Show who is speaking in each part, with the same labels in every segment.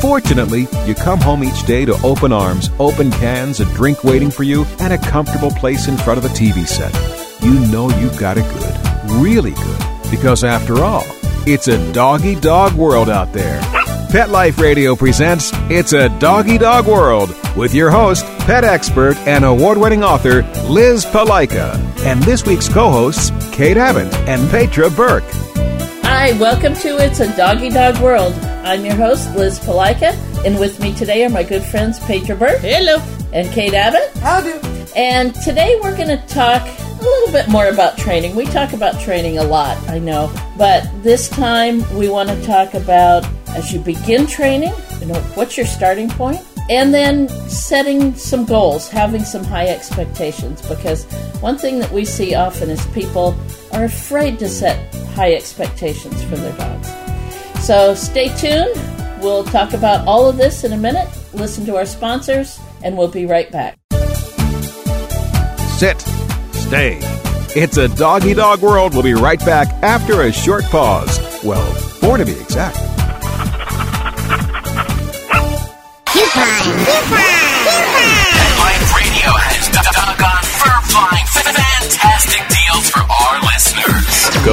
Speaker 1: Fortunately, you come home each day to open arms, open cans, a drink waiting for you, and a comfortable place in front of a TV set. You know you've got it good, really good, because after all, it's a doggy dog world out there. Pet Life Radio presents It's a Doggy Dog World with your host, pet expert, and award winning author Liz Palaika, and this week's co hosts, Kate Abbott and Petra Burke.
Speaker 2: Hi, welcome to It's a Doggy Dog World. I'm your host, Liz Palaika, and with me today are my good friends Petra Burke. Hello. And Kate Abbott. How do? And today we're going to talk a little bit more about training. We talk about training a lot, I know, but this time we want to talk about as you begin training, you know, what's your starting point? And then setting some goals, having some high expectations, because one thing that we see often is people are afraid to set high expectations for their dogs. So stay tuned. We'll talk about all of this in a minute. Listen to our sponsors, and we'll be right back.
Speaker 1: Sit. Stay. It's a doggy dog world. We'll be right back after a short pause. Well, four to be exact.
Speaker 3: Life Radio has doggone fur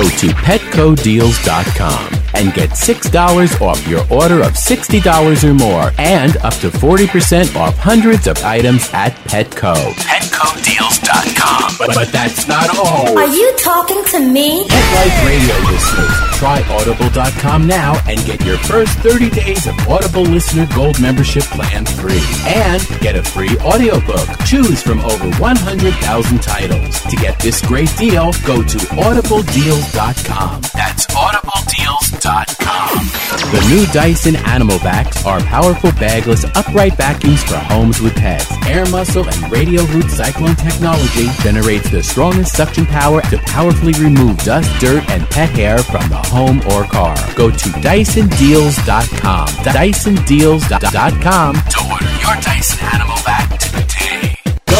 Speaker 3: flying fantastic deals for our listeners.
Speaker 4: Go to PetcoDeals.com and get $6 off your order of $60 or more and up to 40% off hundreds of items at Petco.
Speaker 3: PetcoDeals.com.
Speaker 4: But, but that's not all.
Speaker 5: Are you talking to me?
Speaker 4: Pet Life Radio listeners, try Audible.com now and get your first 30 days of Audible Listener Gold membership plan free. And get a free audiobook. Choose from over 100,000 titles. To get this great deal, go to AudibleDeals.com.
Speaker 3: That's AudibleDeals.com.
Speaker 4: The new Dyson Animal Vacs are powerful bagless upright vacuums for homes with pets. Air muscle and radio root cyclone technology generates the strongest suction power to powerfully remove dust, dirt, and pet hair from the home or car. Go to DysonDeals.com. DysonDeals.com.
Speaker 3: To order your Dyson Animal Vac today.
Speaker 4: Go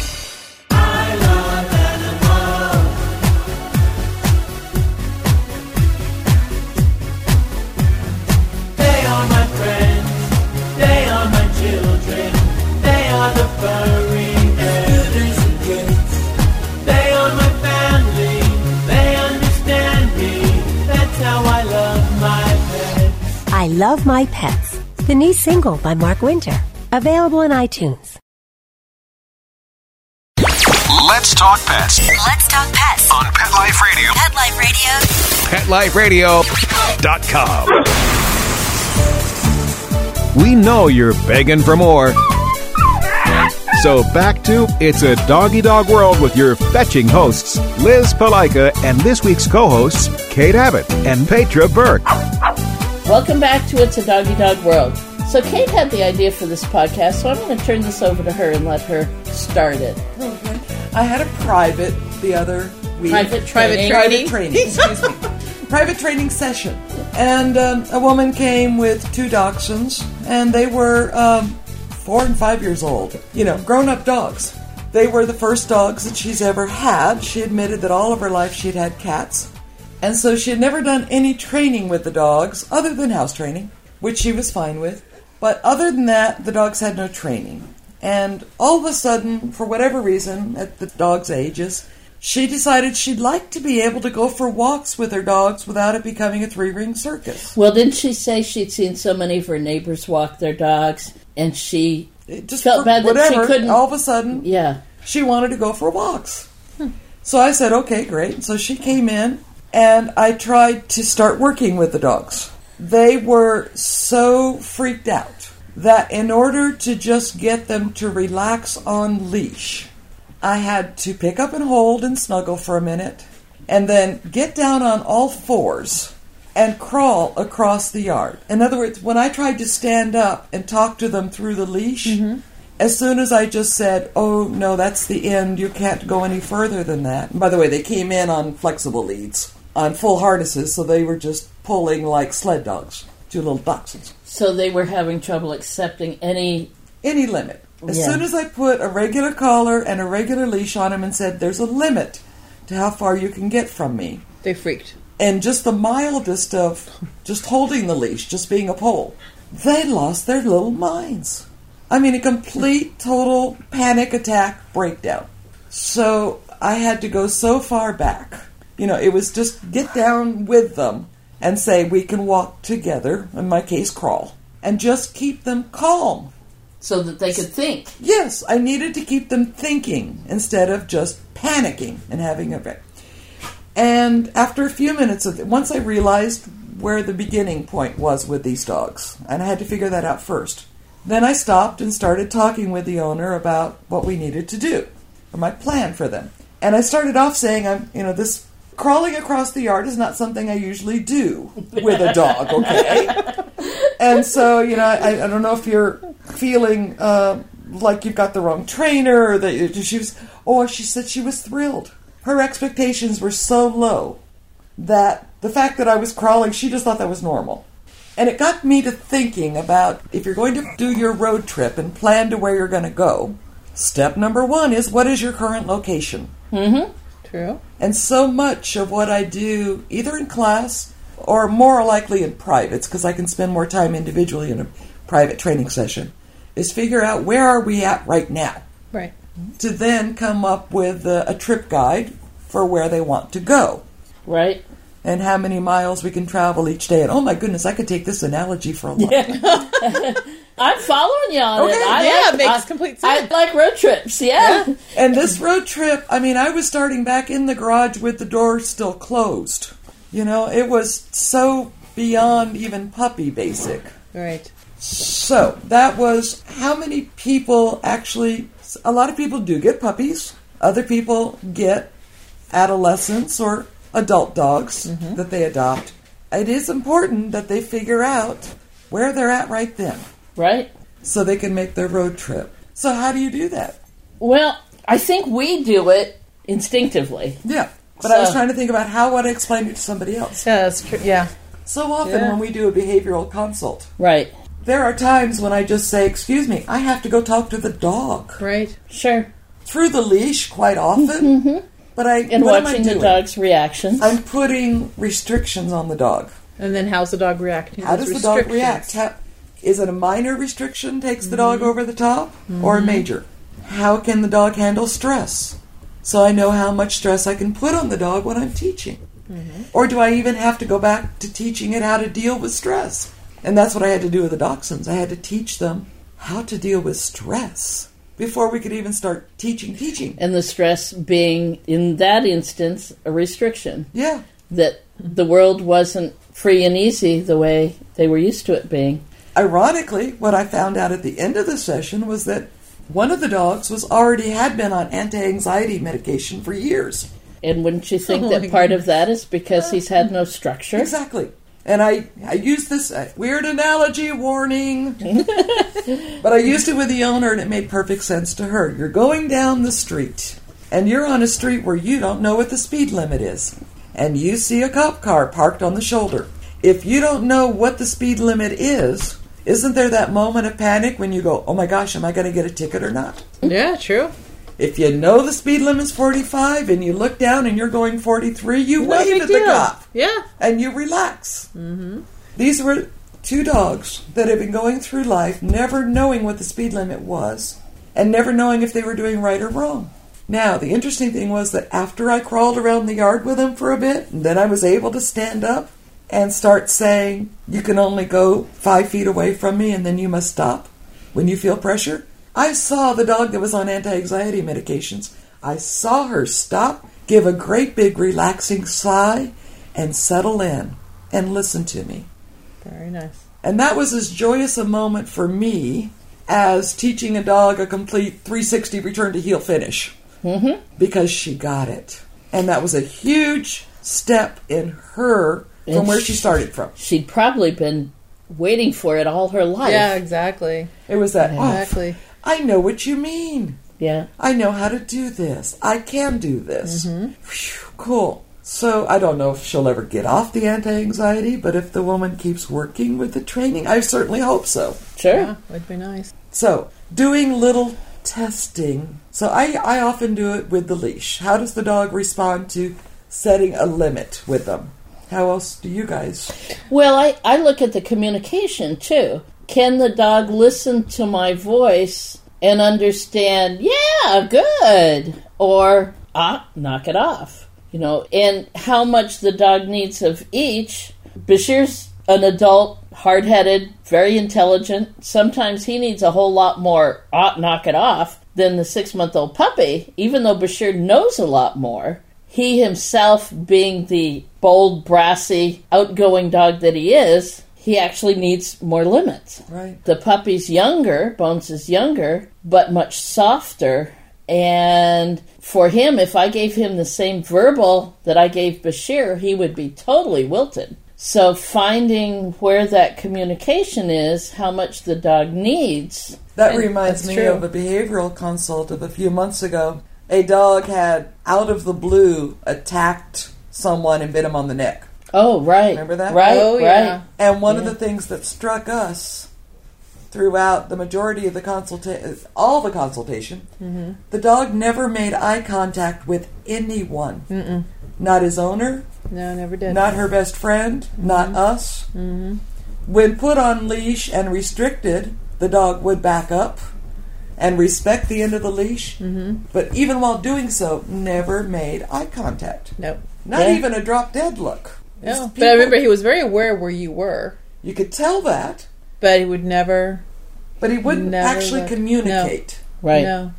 Speaker 6: They are my friends. They are my children. They are the furry builders and kids. They are my family. They understand me. That's how I love my pets.
Speaker 7: I Love My Pets, the new single by Mark Winter, available in iTunes.
Speaker 1: Let's talk pets
Speaker 8: Let's Talk Pets.
Speaker 1: on Pet Life Radio.
Speaker 8: Pet Life Radio.
Speaker 1: PetLifeRadio.com. We know you're begging for more. So back to It's a Doggy Dog World with your fetching hosts, Liz Palaika, and this week's co hosts, Kate Abbott and Petra Burke.
Speaker 2: Welcome back to It's a Doggy Dog World. So, Kate had the idea for this podcast, so I'm going to turn this over to her and let her start it.
Speaker 9: Okay. I had a private the other week.
Speaker 2: Private Private training?
Speaker 9: Private training. Excuse me. Private training session, and um, a woman came with two dachshunds, and they were um, four and five years old. You know, grown-up dogs. They were the first dogs that she's ever had. She admitted that all of her life she'd had cats, and so she had never done any training with the dogs other than house training, which she was fine with. But other than that, the dogs had no training. And all of a sudden, for whatever reason, at the dogs' ages, she decided she'd like to be able to go for walks with her dogs without it becoming a three ring circus.
Speaker 2: Well, didn't she say she'd seen so many of her neighbors walk their dogs and she
Speaker 9: It just
Speaker 2: felt
Speaker 9: for
Speaker 2: bad that
Speaker 9: whatever,
Speaker 2: she couldn't?
Speaker 9: all of a sudden,
Speaker 2: yeah.
Speaker 9: she wanted to go for walks. So I said, okay, great. So she came in, and I tried to start working with the dogs. they were so freaked out that in order to just get them to relax on leash, I had to pick up and hold and snuggle for a minute and then get down on all fours and crawl across the yard. In other words, when I tried to stand up and talk to them through the leash, as soon as I just said, "Oh no, that's the end. You can't go any further than that." By the way, they came in on flexible leads, on full harnesses, so they were just pulling like sled dogs, two little dachshunds.
Speaker 2: So they were having trouble accepting any
Speaker 9: any limit. As
Speaker 2: Yeah.
Speaker 9: soon as I put a regular collar and a regular leash on him and said, "There's a limit to how far you can get from me,"
Speaker 10: They freaked.
Speaker 9: and just the mildest of just holding the leash, just being a pole, they lost their little minds. I mean, a complete, total panic attack breakdown. So I had to go so far back. You know, it was just get down with them and say, we can walk together, in my case, crawl, and just keep them calm.
Speaker 2: So that they could think.
Speaker 9: Yes, I needed to keep them thinking instead of just panicking and having a wreck. And after a few minutes of once I realized where the beginning point was with these dogs, and I had to figure that out first. Then I stopped and started talking with the owner about what we needed to do or my plan for them. And I started off saying, "I'm, you know, this crawling across the yard is not something I usually do with a dog, okay?" and so, you know, I, I don't know if you're feeling uh, like you've got the wrong trainer, or that she was, or she said she was thrilled. Her expectations were so low that the fact that I was crawling, she just thought that was normal. And it got me to thinking about if you're going to do your road trip and plan to where you're going to go, step number one is what is your current location?
Speaker 10: Mm-hmm. True.
Speaker 9: And so much of what I do, either in class or more likely in privates, because I can spend more time individually in a private training session, is figure out where are we at right now.
Speaker 10: Right.
Speaker 9: To then come up with a, a trip guide for where they want to go.
Speaker 2: Right.
Speaker 9: And how many miles we can travel each day. And oh my goodness, I could take this analogy for a long
Speaker 2: I'm following you on
Speaker 9: Okay,
Speaker 2: it. I
Speaker 9: yeah,
Speaker 2: like,
Speaker 9: makes
Speaker 2: I- I like road trips. Yeah.
Speaker 9: And this road trip, I mean, I was starting back in the garage with the door still closed. You know, it was so beyond even puppy basic.
Speaker 10: Right.
Speaker 9: So that was how many people actually, a lot of people do get puppies, other people get adolescents or adult dogs that they adopt. It is important that they figure out where they're at right then.
Speaker 2: Right.
Speaker 9: So they can make their road trip. So, how do you do that?
Speaker 2: Well, I think we do it instinctively.
Speaker 9: Yeah. But I was
Speaker 2: So-
Speaker 9: trying to think about how would I explain it to somebody else.
Speaker 10: Yeah, that's true. Yeah.
Speaker 9: So often
Speaker 10: Yeah.
Speaker 9: when we do a behavioral consult,
Speaker 2: right?
Speaker 9: There are times when I just say, "Excuse me, I have to go talk to the dog."
Speaker 10: Right.
Speaker 2: Sure.
Speaker 9: Through the leash, quite often. But I
Speaker 2: Mm-hmm. And
Speaker 9: what am I
Speaker 2: watching the
Speaker 9: doing?
Speaker 2: dog's reactions.
Speaker 9: I'm putting restrictions on the dog.
Speaker 10: And then how's the dog reacting? to
Speaker 9: How
Speaker 10: those
Speaker 9: does the dog
Speaker 10: restrictions?
Speaker 9: react? How, is it a minor restriction takes the dog over the top or a major? How can the dog handle stress? So I know how much stress I can put on the dog when I'm teaching. Or do I even have to go back to teaching it how to deal with stress? And that's what I had to do with the dachshunds. I had to teach them how to deal with stress before we could even start teaching teaching.
Speaker 2: And the stress being, in that instance, a restriction.
Speaker 9: Yeah.
Speaker 2: That the world wasn't free and easy the way they were used to it being.
Speaker 9: Ironically, what I found out at the end of the session was that one of the dogs was already had been on anti-anxiety medication for years.
Speaker 2: And wouldn't you think
Speaker 9: Oh my
Speaker 2: that part of that is because he's had no structure?
Speaker 9: Exactly. And I, I used this uh, weird analogy warning, but I used it with the owner and it made perfect sense to her. You're going down the street and you're on a street where you don't know what the speed limit is, and you see a cop car parked on the shoulder. If you don't know what the speed limit is, isn't there that moment of panic when you go, oh my gosh, am I going to get a ticket or not?
Speaker 10: Yeah, true.
Speaker 9: If you know the speed limit's 45 and you look down and you're going 43, you
Speaker 10: No
Speaker 9: wave
Speaker 10: big
Speaker 9: at the
Speaker 10: deal.
Speaker 9: cop
Speaker 10: Yeah.
Speaker 9: and you relax. Mm-hmm. These were two dogs that had been going through life never knowing what the speed limit was and never knowing if they were doing right or wrong. Now, the interesting thing was that after I crawled around the yard with them for a bit, then I was able to stand up and start saying, You can only go five feet away from me and then you must stop when you feel pressure. I saw the dog that was on anti anxiety medications. I saw her stop, give a great big relaxing sigh, and settle in and listen to me.
Speaker 10: Very nice.
Speaker 9: And that was as joyous a moment for me as teaching a dog a complete 360 return to heel finish
Speaker 2: Mm-hmm.
Speaker 9: because she got it. And that was a huge step in her from
Speaker 2: And
Speaker 9: where she started from.
Speaker 2: She'd probably been waiting for it all her life.
Speaker 10: Yeah, exactly.
Speaker 9: It was that, "Oh,
Speaker 10: Exactly.
Speaker 9: I know what you mean.
Speaker 2: Yeah.
Speaker 9: I know how to do this. I can do this.
Speaker 2: Mm-hmm.
Speaker 9: Phew, cool. So I don't know if she'll ever get off the anti-anxiety, but if the woman keeps working with the training, I certainly hope so.
Speaker 2: Sure.
Speaker 10: Yeah, would be nice.
Speaker 9: So, doing little testing. So, I, I often do it with the leash. How does the dog respond to setting a limit with them? How else do you guys?
Speaker 2: Well, I, I look at the communication too. Can the dog listen to my voice and understand, yeah, good, or ah, knock it off? You know, and how much the dog needs of each. Bashir's an adult, hard headed, very intelligent. Sometimes he needs a whole lot more ah, knock it off than the six month old puppy, even though Bashir knows a lot more he himself being the bold, brassy, outgoing dog that he is, he actually needs more limits.
Speaker 9: Right.
Speaker 2: The puppy's younger, Bones is younger, but much softer. And for him, if I gave him the same verbal that I gave Bashir, he would be totally wilted. So finding where that communication is, how much the dog needs.
Speaker 9: That
Speaker 2: and-
Speaker 9: reminds
Speaker 2: that's
Speaker 9: me
Speaker 2: true.
Speaker 9: of a behavioral consult of a few months ago. A dog had, out of the blue, attacked someone and bit him on the neck.
Speaker 2: Oh, right.
Speaker 9: Remember that?
Speaker 2: Right, right.
Speaker 9: And one of the things that struck us throughout the majority of the consultation, all the consultation,
Speaker 10: Mhm.
Speaker 9: the dog never made eye contact with anyone.
Speaker 10: Mm-mm.
Speaker 9: Not his owner,
Speaker 10: No, never did.
Speaker 9: not her best friend, not us.
Speaker 10: Mm-hmm.
Speaker 9: When put on leash and restricted, the dog would back up and respect the end of the leash,
Speaker 10: Mm-hmm.
Speaker 9: but even while doing so, never made eye contact.
Speaker 10: Nope.
Speaker 9: Not
Speaker 10: Yeah.
Speaker 9: even a drop dead look. These
Speaker 10: No. But I
Speaker 9: people-
Speaker 10: remember he was very aware where you were,
Speaker 9: You could tell that.
Speaker 10: but he would never.
Speaker 9: But he wouldn't
Speaker 10: Never
Speaker 9: actually
Speaker 10: let-
Speaker 9: communicate.
Speaker 2: Right.
Speaker 10: No. Mm.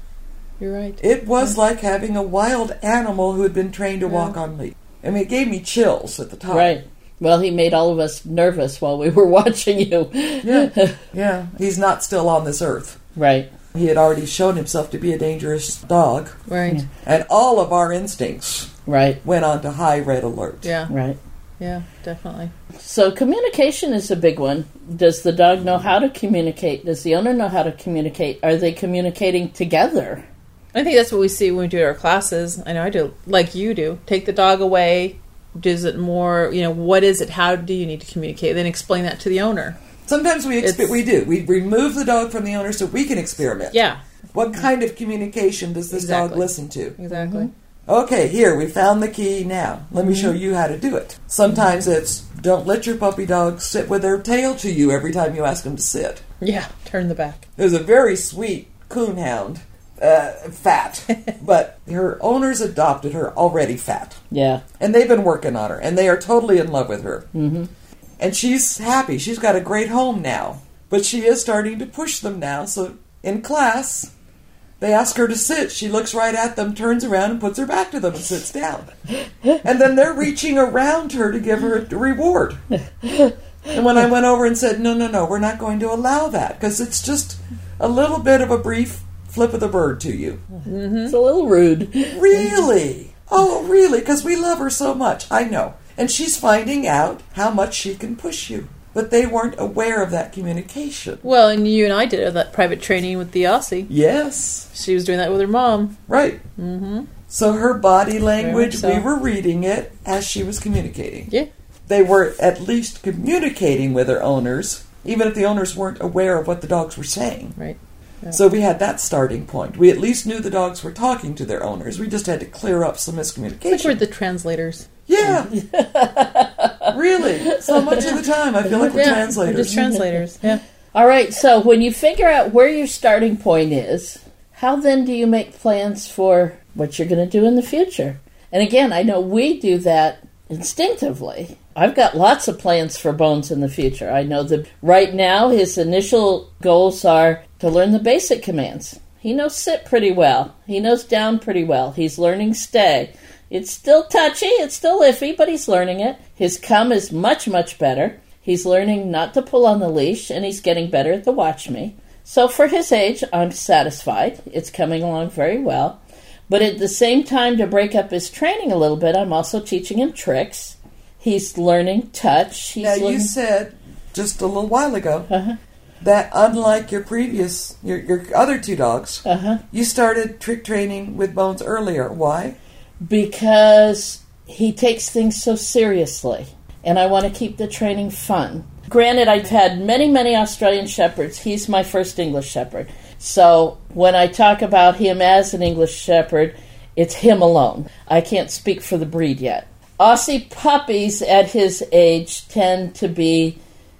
Speaker 10: You're right.
Speaker 9: It was like having a wild animal who had been trained to
Speaker 10: Mm.
Speaker 9: walk on leash. I mean, it gave me chills at the time.
Speaker 2: Right. Well, he made all of us nervous while we were watching you.
Speaker 9: Yeah. yeah. He's not still on this earth.
Speaker 2: Right.
Speaker 9: He had already shown himself to be a dangerous dog,
Speaker 10: Right.
Speaker 9: and all of our instincts
Speaker 2: Right.
Speaker 9: went on to high red alert.
Speaker 10: Yeah.
Speaker 2: Right.
Speaker 10: Yeah, definitely.
Speaker 2: So communication is a big one. Does the dog know how to communicate? Does the owner know how to communicate? Are they communicating together?
Speaker 10: I think that's what we see when we do our classes. I know I do, like you do. Take the dog away. Does it more? You know, what is it? How do you need to communicate? Then explain that to the owner.
Speaker 9: Sometimes we expe-
Speaker 10: It's-
Speaker 9: we do. We remove the dog from the owner so we can experiment.
Speaker 10: Yeah,
Speaker 9: What kind of communication does this dog
Speaker 10: Exactly.
Speaker 9: listen to?
Speaker 10: exactly.
Speaker 9: Okay, here, we found the key now. Let me show you how to do it. Sometimes it's don't let your puppy dog sit with their tail to you every time you ask them to sit.
Speaker 10: Yeah, turn the back.
Speaker 9: There's a very sweet coonhound, uh, fat, but her owners adopted her already fat.
Speaker 2: Yeah.
Speaker 9: And they've been working on her, and they are totally in love with her.
Speaker 2: Mhm.
Speaker 9: And she's happy. She's got a great home now. But she is starting to push them now. So in class, they ask her to sit. She looks right at them, turns around, and puts her back to them and sits down. And then they're reaching around her to give her a reward. And when I went over and said, no, no, no, we're not going to allow that because it's just a little bit of a brief flip of the bird to you.
Speaker 2: It's a little rude.
Speaker 9: Really? Oh, really? Because we love her so much. I know. And she's finding out how much she can push you. But they weren't aware of that communication.
Speaker 10: Well, and you and I did that private training with the Aussie.
Speaker 9: Yes.
Speaker 10: She was doing that with her mom.
Speaker 9: Right. Mm-hmm. So her body language,
Speaker 10: so.
Speaker 9: we were reading it as she was communicating.
Speaker 10: Yeah,
Speaker 9: They were at least communicating with their owners, even if the owners weren't aware of what the dogs were saying.
Speaker 10: right.
Speaker 9: So we had that starting point. We at least knew the dogs were talking to their owners. We just had to clear up some miscommunication.
Speaker 10: Like we're the translators.
Speaker 9: Yeah. really. So much of the time, I feel like we're
Speaker 10: yeah,
Speaker 9: translators.
Speaker 10: We're just translators. Yeah.
Speaker 2: All right. So when you figure out where your starting point is, how then do you make plans for what you're going to do in the future? And again, I know we do that instinctively. I've got lots of plans for Bones in the future. I know that right now his initial goals are to learn the basic commands. He knows sit pretty well. He knows down pretty well. He's learning stay. It's still touchy, it's still iffy, but he's learning it. His come is much, much better. He's learning not to pull on the leash, and he's getting better at the watch me. So for his age, I'm satisfied. It's coming along very well. But at the same time, to break up his training a little bit, I'm also teaching him tricks. He's learning touch. He's
Speaker 9: Now, you
Speaker 2: learning-
Speaker 9: said just a little while ago
Speaker 10: Uh-huh.
Speaker 9: that unlike your previous, your, your other two dogs,
Speaker 10: Uh-huh.
Speaker 9: you started trick training with Bones earlier. Why?
Speaker 2: because he takes things so seriously and I want to keep the training fun. Granted, I've had many, many Australian Shepherds. He's my first English Shepherd. So when I talk about him as an English Shepherd, it's him alone. I can't speak for the breed yet. Aussie puppies at his age tend to be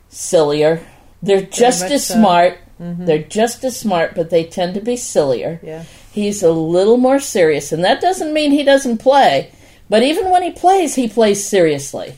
Speaker 2: sillier. They're just
Speaker 10: much
Speaker 2: as
Speaker 10: so.
Speaker 2: smart.
Speaker 10: Mhm.
Speaker 2: They're just as smart, but they tend to be sillier.
Speaker 10: Yeah.
Speaker 2: He's a little more serious, and that doesn't mean he doesn't play. But even when he plays, he plays seriously.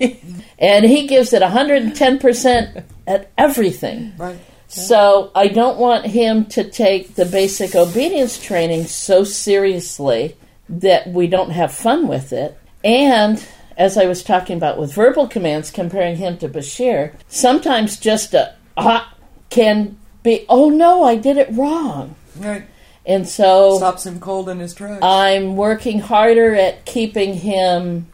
Speaker 2: and he gives it 110% at everything.
Speaker 9: Right.
Speaker 2: So I don't want him to take the basic obedience training so seriously that we don't have fun with it. And as I was talking about with verbal commands, comparing him to Bashir, sometimes just a ah can be, oh no, I did it wrong.
Speaker 9: Right.
Speaker 2: And so
Speaker 9: Stops him cold in his tracks.
Speaker 2: I'm working harder at keeping him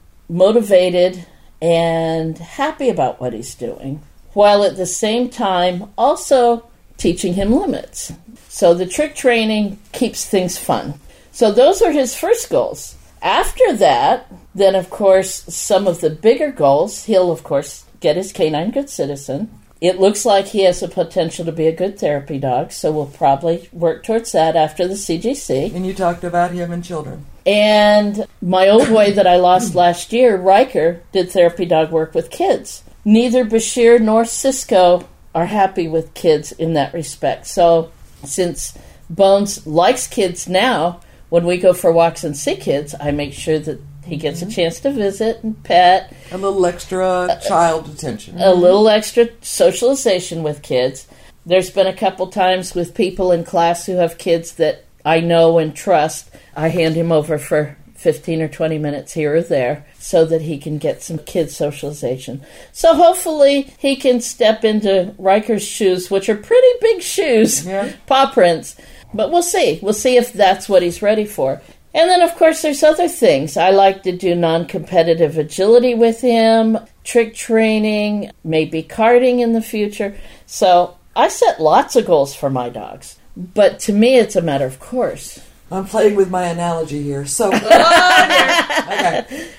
Speaker 2: motivated and happy about what he's doing, while at the same time also teaching him limits. So the trick training keeps things fun. So those are his first goals. After that, then of course, some of the bigger goals, he'll of course get his canine good citizen. It looks like he has the potential to be a good therapy dog, so we'll probably work towards that after the CGC.
Speaker 9: And you talked about him and children.
Speaker 2: And my old boy that I lost last year, Riker, did therapy dog work with kids. Neither Bashir nor Cisco are happy with kids in that respect. So, since Bones likes kids now, when we go for walks and see kids, I make sure that he gets a chance to visit and pet.
Speaker 9: A little extra child attention.
Speaker 10: Uh,
Speaker 2: A little extra socialization with kids. There's been a couple times with people in class who have kids that I know and trust. I hand him over for 15 or 20 minutes here or there so that he can get some kid socialization. So hopefully he can step into Riker's shoes, which are pretty big shoes, paw prints. But we'll see. We'll see if that's what he's ready for. And then, of course, there's other things. I like to do non competitive agility with him, trick training, maybe karting in the future. So I set lots of goals for my dogs. But to me, it's a matter of course.
Speaker 9: I'm playing with my analogy here. So,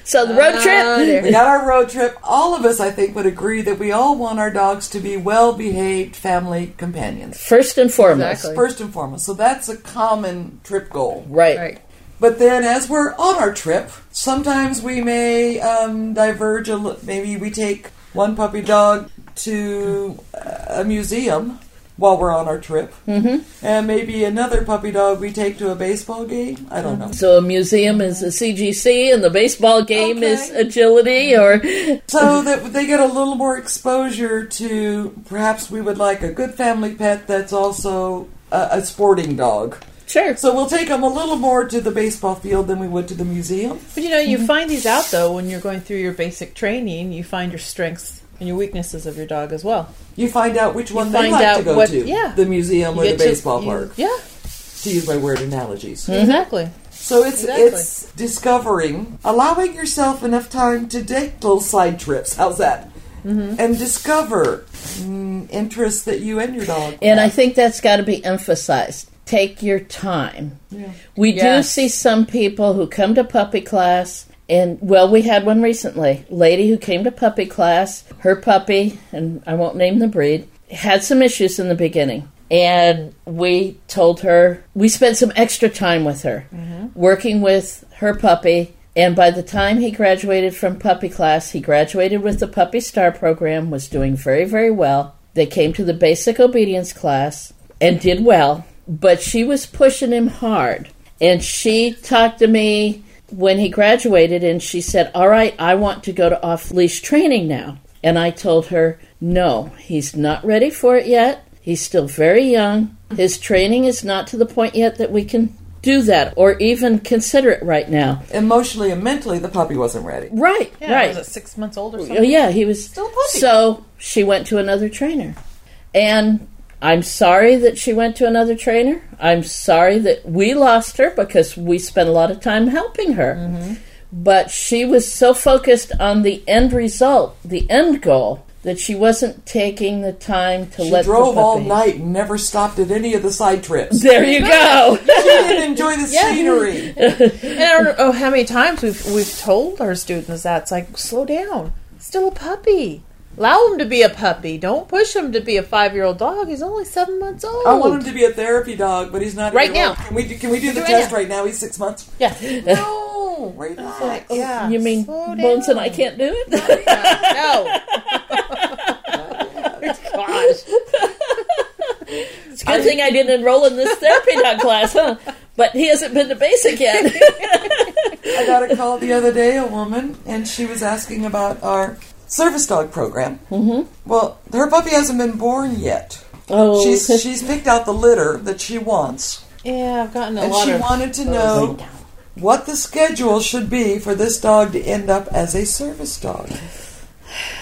Speaker 2: So the road trip.
Speaker 9: we got our road trip. All of us, I think, would agree that we all want our dogs to be well behaved family companions.
Speaker 2: First and foremost.
Speaker 9: First and foremost. So that's a common trip goal.
Speaker 2: Right.
Speaker 9: But then, as we're on our trip, sometimes we may um, diverge. A li- maybe we take one puppy dog to uh, a museum while we're on our trip, mm-hmm. and maybe another puppy dog we take to a baseball game. I don't know.
Speaker 2: So a museum is a CGC, and the baseball game is agility, or
Speaker 9: So that they get a little more exposure to perhaps we would like a good family pet that's also a, a sporting dog.
Speaker 2: Sure.
Speaker 9: So we'll take them a little more to the baseball field than we would to the museum.
Speaker 10: But you know, you find these out though when you're going through your basic training. You find your strengths and your weaknesses of your dog as well.
Speaker 9: You find out which one they
Speaker 10: find
Speaker 9: like to
Speaker 10: out
Speaker 9: go
Speaker 10: what-
Speaker 9: to.
Speaker 10: yeah.
Speaker 9: The museum
Speaker 10: You
Speaker 9: or the
Speaker 10: get to-
Speaker 9: baseball
Speaker 10: you-
Speaker 9: park.
Speaker 10: yeah.
Speaker 9: To use my word analogies.
Speaker 10: Exactly.
Speaker 9: So it's
Speaker 10: Exactly.
Speaker 9: it's discovering, allowing yourself enough time to take little side trips. How's that?
Speaker 10: Mm-hmm.
Speaker 9: And discover mm, interests that you and your dog.
Speaker 2: And I think that's got to be emphasized. Take your time. We
Speaker 10: Yes.
Speaker 2: do see some people who come to puppy class, and well, we had one recently. Lady who came to puppy class, her puppy, and I won't name the breed, had some issues in the beginning. And we told her, we spent some extra time with her, working with her puppy. And by the time he graduated from puppy class, he graduated with the Puppy Star program, was doing very, very well. They came to the basic obedience class and did well, but she was pushing him hard. And she talked to me when he graduated and she said, All right, I want to go to off leash training now. And I told her, No, he's not ready for it yet. He's still very young. His training is not to the point yet that we can do that or even consider it right now.
Speaker 9: Emotionally and mentally, the puppy wasn't ready.
Speaker 2: Right,
Speaker 10: Yeah,
Speaker 2: right.
Speaker 10: was it six months old or
Speaker 2: Oh,
Speaker 10: something?
Speaker 2: yeah, he was
Speaker 10: Still a puppy.
Speaker 2: So she went to another trainer. And I'm sorry that she went to another trainer. I'm sorry that we lost her because we spent a lot of time helping her.
Speaker 10: Mm-hmm.
Speaker 2: But she was so focused on the end result, the end goal, that she wasn't taking the time to
Speaker 9: She
Speaker 2: let the
Speaker 9: drove all
Speaker 2: puppy-
Speaker 9: night and never stopped at any of the side trips.
Speaker 2: There you go.
Speaker 9: she didn't enjoy the scenery.
Speaker 10: And I don't know how many times we've we've told our students that it's like slow down. Still a puppy. Allow him to be a puppy. Don't push him to be a five year old dog. He's only seven months old.
Speaker 9: I want him to be a therapy dog, but he's not
Speaker 10: Right
Speaker 9: here.
Speaker 10: now.
Speaker 9: Can we do, can we do the
Speaker 10: Right
Speaker 9: test
Speaker 10: now.
Speaker 9: right now? He's six months.
Speaker 10: Yeah.
Speaker 9: No, relax.
Speaker 10: yeah.
Speaker 2: You mean Bones and I can't do it? Gosh. it's a good thing I didn't enroll in this therapy dog class, huh? But he hasn't been to basic yet.
Speaker 9: I got a call the other day, a woman, and she was asking about our service dog program. Mm-hmm. Well, her puppy hasn't been born yet.
Speaker 10: Oh.
Speaker 9: She's, she's picked out the litter that she wants,
Speaker 10: Yeah, I've gotten a
Speaker 9: and
Speaker 10: lot
Speaker 9: she
Speaker 10: of
Speaker 9: wanted to know what the schedule should be for this dog to end up as a service dog.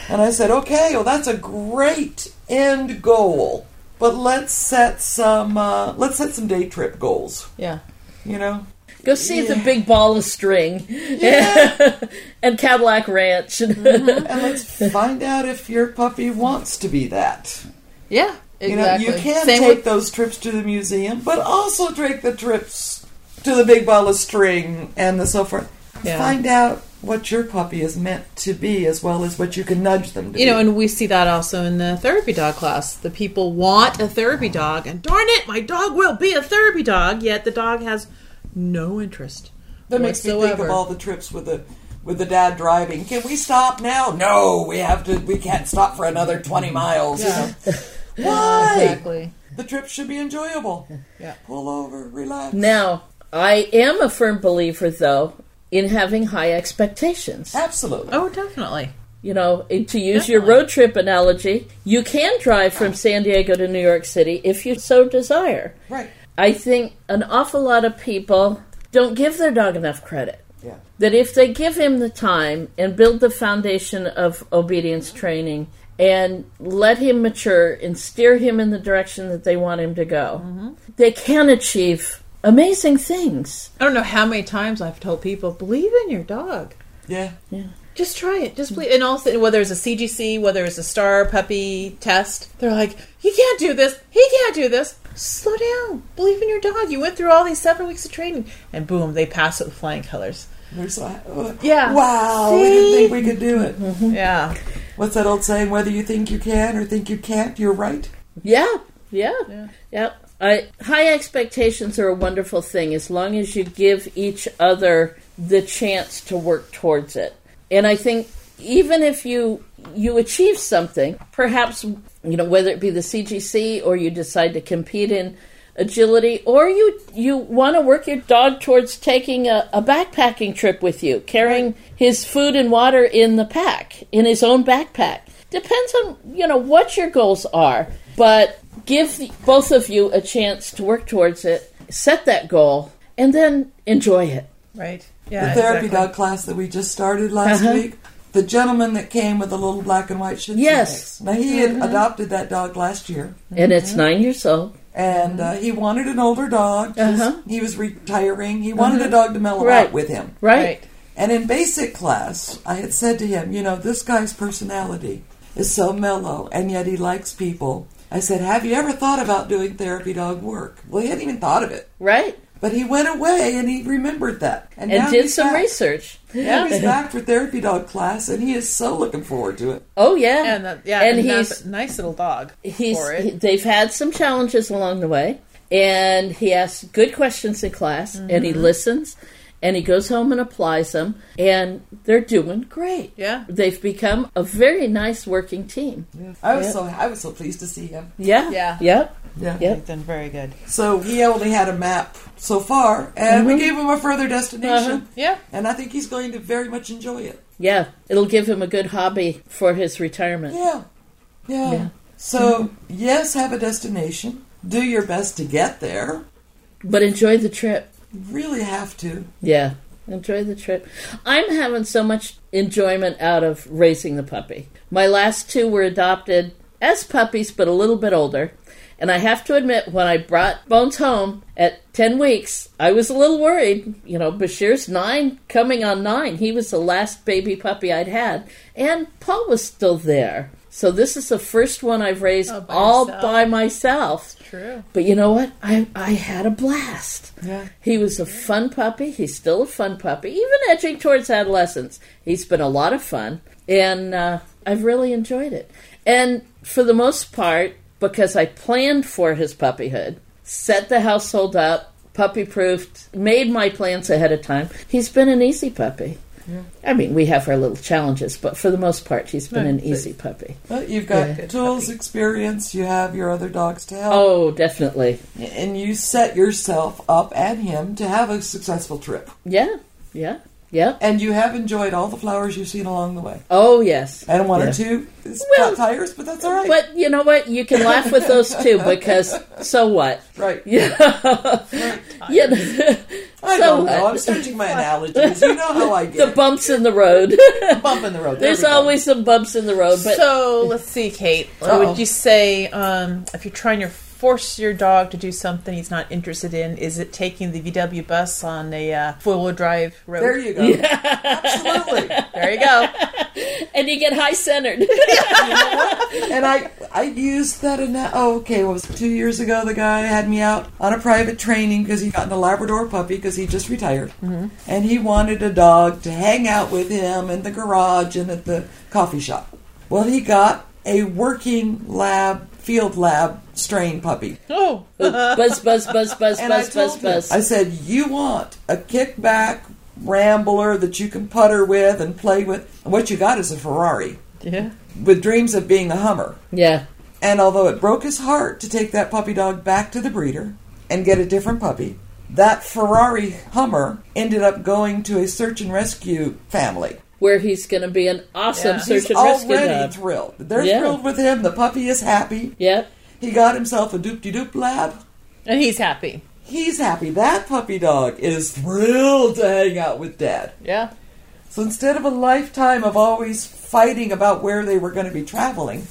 Speaker 9: And I said, okay, well, that's a great end goal, but let's set some uh, let's set some day trip goals.
Speaker 10: Yeah.
Speaker 9: You know,
Speaker 2: Go see the big ball of string and Cadillac Ranch.
Speaker 9: and let's find out if your puppy wants to be that.
Speaker 10: Yeah, exactly.
Speaker 9: You know, you can
Speaker 10: Same
Speaker 9: take
Speaker 10: with-
Speaker 9: those trips to the museum, but also take the trips to the big ball of string and the so forth.
Speaker 10: Yeah.
Speaker 9: Find out what your puppy is meant to be, as well as what you can nudge them to.
Speaker 10: you know,
Speaker 9: be.
Speaker 10: and we see that also in the therapy dog class. The people want a therapy dog, and darn it, my dog will be a therapy dog. Yet the dog has no interest.
Speaker 9: that makes me think of
Speaker 10: whatsoever.
Speaker 9: all the trips with the with the dad driving. Can we stop now? No, we have to. We can't stop for another twenty miles. you
Speaker 10: Yeah.
Speaker 9: know. Why?
Speaker 10: Exactly.
Speaker 9: The trip should be enjoyable.
Speaker 10: Yeah.
Speaker 9: Pull over, relax.
Speaker 2: Now, I am a firm believer, though, in having high expectations.
Speaker 9: Absolutely.
Speaker 10: Oh, definitely.
Speaker 2: You know, eh, to use your road trip analogy, you can drive from San Diego to New York City if you so desire.
Speaker 9: Right.
Speaker 2: I think an awful lot of people don't give their dog enough credit.
Speaker 9: Yeah.
Speaker 2: That if they give him the time and build the foundation of obedience training and let him mature and steer him in the direction that they want him to go,
Speaker 9: Mm-hmm.
Speaker 2: they can achieve amazing things.
Speaker 10: I don't know how many times I've told people believe in your dog.
Speaker 9: Yeah.
Speaker 10: Just try it. Just believe. And also, whether it's a CGC, whether it's a star puppy test, they're like, he can't do this. He can't do this. Slow down. Believe in your dog. You went through all these seven weeks of training, and boom, they pass it with flying colors.
Speaker 9: There's like, oh,
Speaker 10: Yeah.
Speaker 9: Wow. We didn't think we could do it.
Speaker 10: Yeah.
Speaker 9: What's that old saying? Whether you think you can or think you can't, you're right.
Speaker 2: Yeah, yeah, yeah. I, high expectations are a wonderful thing as long as you give each other the chance to work towards it. And I think even if you you achieve something, perhaps you know whether it be the CGC or you decide to compete in agility or you you want to work your dog towards taking a, a backpacking trip with you carrying his food and water in the pack in his own backpack depends on you know what your goals are but give the- both of you a chance to work towards it set that goal and then enjoy it
Speaker 10: Right. Yeah.
Speaker 9: the therapy
Speaker 10: exactly.
Speaker 9: dog class that we just started last
Speaker 2: Uh-huh.
Speaker 9: week, the gentleman that came with the little black and white Shih Tzu
Speaker 2: Yes. Uh-huh.
Speaker 9: mix. Now, he had adopted that dog last year,
Speaker 2: and it's nine years old
Speaker 9: and uh, he wanted an older dog. 'cause
Speaker 2: Uh-huh.
Speaker 9: He was retiring. He wanted a dog to mellow
Speaker 2: Right.
Speaker 9: out with him.
Speaker 2: right,
Speaker 10: Right.
Speaker 9: And in basic class, I had said to him, You know, this guy's personality is so mellow, and yet he likes people. I said, Have you ever thought about doing therapy dog work? Well, he hadn't even thought of it.
Speaker 2: right.
Speaker 9: But he went away and he remembered that. now
Speaker 2: and did
Speaker 9: he's
Speaker 2: some
Speaker 9: back.
Speaker 2: research
Speaker 9: Now he's back for therapy dog class and he is so looking forward to it.
Speaker 2: oh yeah
Speaker 10: And that, yeah,
Speaker 2: and
Speaker 10: and,
Speaker 2: he's
Speaker 10: that's a nice little dog
Speaker 2: he's
Speaker 10: for it.
Speaker 2: he- they've had some challenges along the way and he asks good questions in class and
Speaker 10: Mm-hmm.
Speaker 2: he listens and he goes home and applies them and they're doing great
Speaker 10: Yeah.
Speaker 2: they've become a very nice working team
Speaker 9: I was so I was so pleased to see him.
Speaker 2: yeah
Speaker 10: Yeah.
Speaker 2: yep
Speaker 9: Yeah.
Speaker 2: Yep.
Speaker 10: He's done very good.
Speaker 9: So he only had a map so far and
Speaker 2: Mm-hmm.
Speaker 9: we gave him a further destination.
Speaker 2: Uh-huh.
Speaker 10: Yeah.
Speaker 9: And I think he's going to very much enjoy it.
Speaker 2: yeah it'll give him a good hobby for his retirement
Speaker 9: Yeah. Yeah. So yes, have a destination. Do your best to get there.
Speaker 2: but enjoy the trip
Speaker 9: Really have to.
Speaker 2: yeah Enjoy the trip. I'm having so much enjoyment out of raising the puppy. My last two were adopted as puppies, but a little bit older. And I have to admit, when I brought Bones home at 10 weeks, I was a little worried. You know, Bashir's nine, coming on nine. He was the last baby puppy I'd had. And Paul was still there. So this is the first one I've raised
Speaker 10: Oh, by
Speaker 2: all
Speaker 10: yourself.
Speaker 2: by myself.
Speaker 10: True.
Speaker 2: But you know what? I, I had a blast.
Speaker 10: Yeah.
Speaker 2: He was a fun puppy. He's still a fun puppy, even edging towards adolescence. He's been a lot of fun, and uh, I've really enjoyed it. And for the most part, because I planned for his puppyhood, set the household up, puppy proofed, made my plans ahead of time, he's been an easy puppy. I mean, we have our little challenges, but for the most part, he's been
Speaker 9: Right,
Speaker 2: an
Speaker 9: but-
Speaker 2: easy puppy.
Speaker 9: Well, you've got
Speaker 2: Yeah.
Speaker 9: tools, experience. You have your other dogs to help.
Speaker 2: Oh, definitely.
Speaker 9: And you set yourself up and him to have a successful trip.
Speaker 2: Yeah, yeah, yeah.
Speaker 9: And you have enjoyed all the flowers you've seen along the way.
Speaker 2: Oh, yes.
Speaker 9: And one
Speaker 2: Yeah.
Speaker 9: or two
Speaker 2: Well,
Speaker 9: tires, but that's all right.
Speaker 2: But you know what? You can laugh with those too because so what?
Speaker 9: Right.
Speaker 2: Yeah. You know-
Speaker 9: I
Speaker 2: so
Speaker 9: don't know.
Speaker 2: what?
Speaker 9: I'm stretching my analogies. You know how I get.
Speaker 2: The bumps in the road.
Speaker 9: Bump in the road.
Speaker 2: There's always some bumps in the road, but
Speaker 10: so let's see, Kate.
Speaker 2: Uh-oh.
Speaker 10: What would you say um, if you're trying to force your dog to do something he's not interested in? Is it taking the VW bus on a uh, four-wheel drive road?
Speaker 9: There you go.
Speaker 10: there you go.
Speaker 2: and you get high centered.
Speaker 9: and I I used that in that. Oh, okay. What was it, two years ago? The guy had me out on a private training because he got a Labrador puppy because he just retired, and he wanted a dog to hang out with him in the garage and at the coffee shop. Well, he got a working lab field lab strain puppy.
Speaker 10: Oh,
Speaker 2: buzz, buzz, buzz, buzz,
Speaker 9: And I
Speaker 2: buzz, buzz,
Speaker 9: told him,
Speaker 2: buzz.
Speaker 9: I said, You want a kickback rambler that you can putter with and play with. And what you got is a Ferrari
Speaker 10: Yeah.
Speaker 9: with dreams of being a Hummer.
Speaker 2: Yeah.
Speaker 9: And although it broke his heart to take that puppy dog back to the breeder and get a different puppy, that Ferrari Hummer ended up going to a search and rescue family.
Speaker 2: Where he's going to be an awesome search
Speaker 9: He's
Speaker 2: and rescue
Speaker 9: already
Speaker 2: dog.
Speaker 9: thrilled. They're
Speaker 2: Yeah.
Speaker 9: thrilled with him. The puppy is happy.
Speaker 2: Yep.
Speaker 9: He got himself a doop de doop lab.
Speaker 10: And he's happy.
Speaker 9: He's happy. That puppy dog is thrilled to hang out with dad.
Speaker 10: Yeah.
Speaker 9: So instead of a lifetime of always fighting about where they were going to be traveling,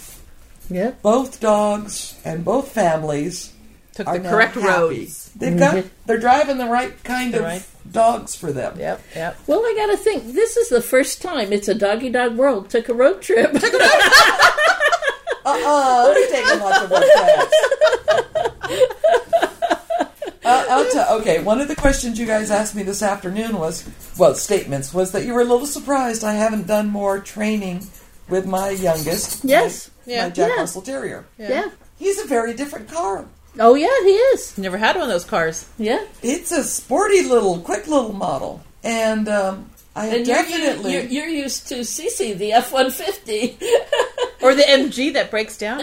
Speaker 2: yeah.
Speaker 9: both dogs and both families
Speaker 10: Took
Speaker 9: are
Speaker 10: the
Speaker 9: now
Speaker 10: correct
Speaker 9: happy.
Speaker 10: roads.
Speaker 9: They've got
Speaker 2: Mm-hmm.
Speaker 10: Mhm.
Speaker 9: they're driving the right kind
Speaker 10: The
Speaker 9: of
Speaker 10: right-
Speaker 9: dogs for them.
Speaker 10: Yep. Yep.
Speaker 2: Well, I got to think. This is the first time it's a doggy dog world took a road trip.
Speaker 9: Uh-uh, we're taking lots of road trips. Uh, I'll tell- okay, one of the questions you guys asked me this afternoon was, well, statements, was that you were a little surprised I haven't done more training with my youngest.
Speaker 2: Yes.
Speaker 9: My,
Speaker 10: Yeah.
Speaker 9: my Jack
Speaker 10: Yeah.
Speaker 9: Russell Terrier.
Speaker 2: yeah.
Speaker 9: He's a very different car.
Speaker 2: Oh yeah, he is.
Speaker 10: Never had one of those cars.
Speaker 2: Yeah.
Speaker 9: It's a sporty little, quick little model. And um, I
Speaker 2: And you're,
Speaker 9: definitely...
Speaker 2: you're, you're used to CC the F one fifty.
Speaker 10: Or the MG that breaks down.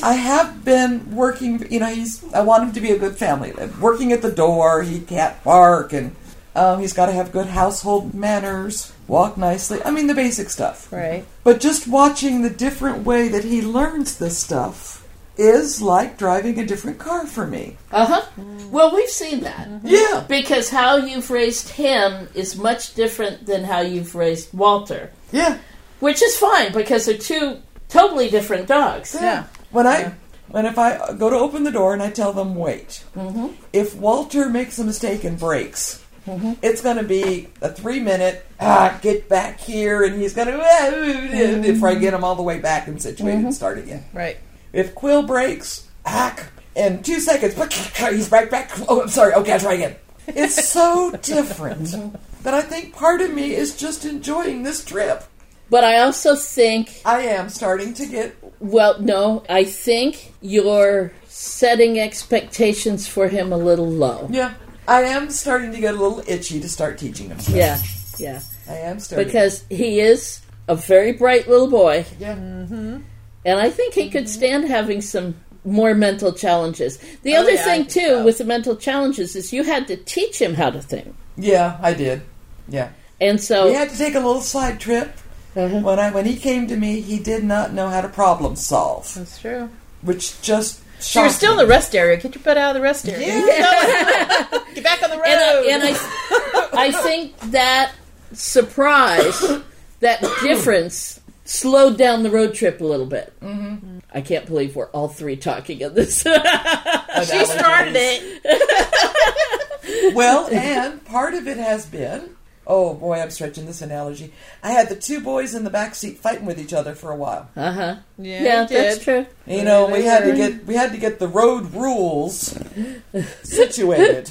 Speaker 9: I have been working. You know, he's. I want him to be a good family. Like, Working at the door, he can't bark, and um, he's got to have good household manners, walk nicely. I mean, the basic stuff.
Speaker 10: Right.
Speaker 9: But just watching the different way that he learns this stuff is like driving a different car for me.
Speaker 2: Uh huh. Well, we've seen that.
Speaker 9: Yeah.
Speaker 2: Because how you've raised him is much different than how you've raised Walter,
Speaker 9: Yeah.
Speaker 2: which is fine because they're two totally different dogs.
Speaker 10: Yeah.
Speaker 9: When I. When if I go to open the door and I tell them wait,
Speaker 2: Mm-hmm.
Speaker 9: if Walter makes a mistake and breaks,
Speaker 2: Mm-hmm.
Speaker 9: it's going to be a three minute ah, get back here, and he's going to ah," if I get him all the way back and situated and start again.
Speaker 10: Right.
Speaker 9: If Quill breaks, hack in two seconds, he's right back. Oh, I'm sorry. Okay, I'll try again.
Speaker 2: Mm-hmm.
Speaker 9: It's so different that I think part of me is just enjoying this trip.
Speaker 2: But I also think,
Speaker 9: I am starting to get
Speaker 2: well, no, I think you're setting expectations for him a little low.
Speaker 9: yeah. I am starting to get a little itchy to start teaching him. stuff.
Speaker 2: Yeah. Yeah.
Speaker 9: I am starting.
Speaker 2: Because he is a very bright little boy.
Speaker 9: Yeah. Mm-hmm.
Speaker 2: And I think he
Speaker 10: Mm-hmm.
Speaker 2: could stand having some more mental challenges. The other
Speaker 10: Oh, yeah, I
Speaker 2: thing,
Speaker 10: think
Speaker 2: too,
Speaker 10: so.
Speaker 2: with the mental challenges is you had to teach him how to think.
Speaker 9: Yeah, I did. Yeah.
Speaker 2: And so,
Speaker 9: We had to take a little side trip.
Speaker 2: Oh. Uh-huh.
Speaker 9: When I when he came to me, he did not know how to problem solve,
Speaker 10: That's true.
Speaker 9: which just
Speaker 10: So you're still in the rest area. Get your butt out of the rest area. Get back on the road.
Speaker 2: And I, and I, I think that surprise, that difference, slowed down the road trip a little bit.
Speaker 10: Mhm.
Speaker 2: I can't believe we're all three talking of this.
Speaker 9: Oh,
Speaker 10: she started it.
Speaker 9: well, and part of it has been oh boy, I'm stretching this analogy. I had the two boys in the back seat fighting with each other for a while.
Speaker 2: Uh huh. Yeah,
Speaker 10: you
Speaker 2: that's
Speaker 10: did.
Speaker 2: true.
Speaker 9: You know,
Speaker 2: Yeah,
Speaker 9: we
Speaker 2: they
Speaker 9: had to
Speaker 2: were.
Speaker 9: get we had to get the road rules situated.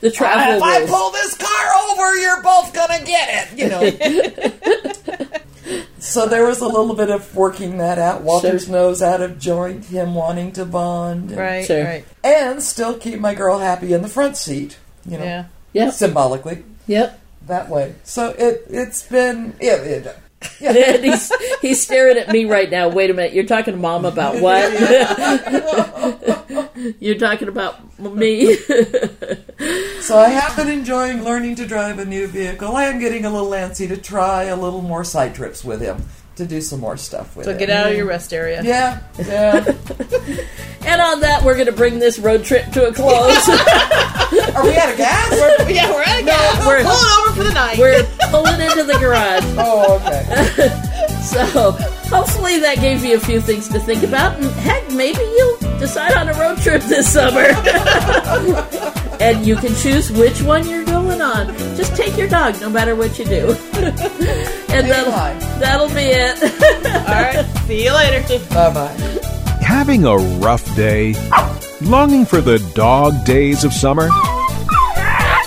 Speaker 2: the travel
Speaker 9: If I
Speaker 2: rules.
Speaker 9: pull this car over, you're both gonna get it. You know. so there was a little bit of working that out. Walter's nose out of joint, him wanting to bond, and-
Speaker 10: Right, Sure. right.
Speaker 9: and still keep my girl happy in the front seat. You know,
Speaker 10: Yeah.
Speaker 2: Yep.
Speaker 9: symbolically.
Speaker 2: Yep,
Speaker 9: that way. So it it's been yeah. it-
Speaker 2: And he's, he's staring at me right now. Wait a minute, you're talking to mom about what? you're talking about me.
Speaker 9: So I have been enjoying learning to drive a new vehicle. I am getting a little antsy to try a little more side trips with him to do some more stuff with
Speaker 10: So
Speaker 9: him.
Speaker 10: get out of your rest area.
Speaker 9: Yeah, yeah.
Speaker 2: and on that, we're going to bring this road trip to a close.
Speaker 9: Are we out of gas?
Speaker 10: We're, yeah, we're out of gas.
Speaker 2: we're-
Speaker 10: Pull it over for the night.
Speaker 2: We're pulling into the garage.
Speaker 9: Oh, okay.
Speaker 2: So, hopefully, that gave you a few things to think about. And heck, maybe you'll decide on a road trip this summer. and you can choose which one you're going on. Just take your dog, no matter what you do. and that'll, that'll be it.
Speaker 10: All right. See you later.
Speaker 9: Bye bye.
Speaker 1: Having a rough day? Longing for the dog days of summer?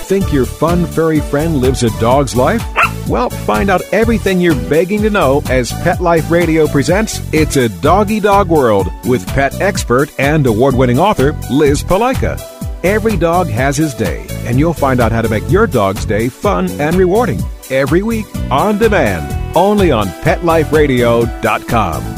Speaker 1: Think your fun furry friend lives a dog's life? Well, find out everything you're begging to know as Pet Life Radio presents It's a Doggy Dog World with pet expert and award winning author Liz Palaika. Every dog has his day, and you'll find out how to make your dog's day fun and rewarding every week on demand, only on PetLifeRadio.com.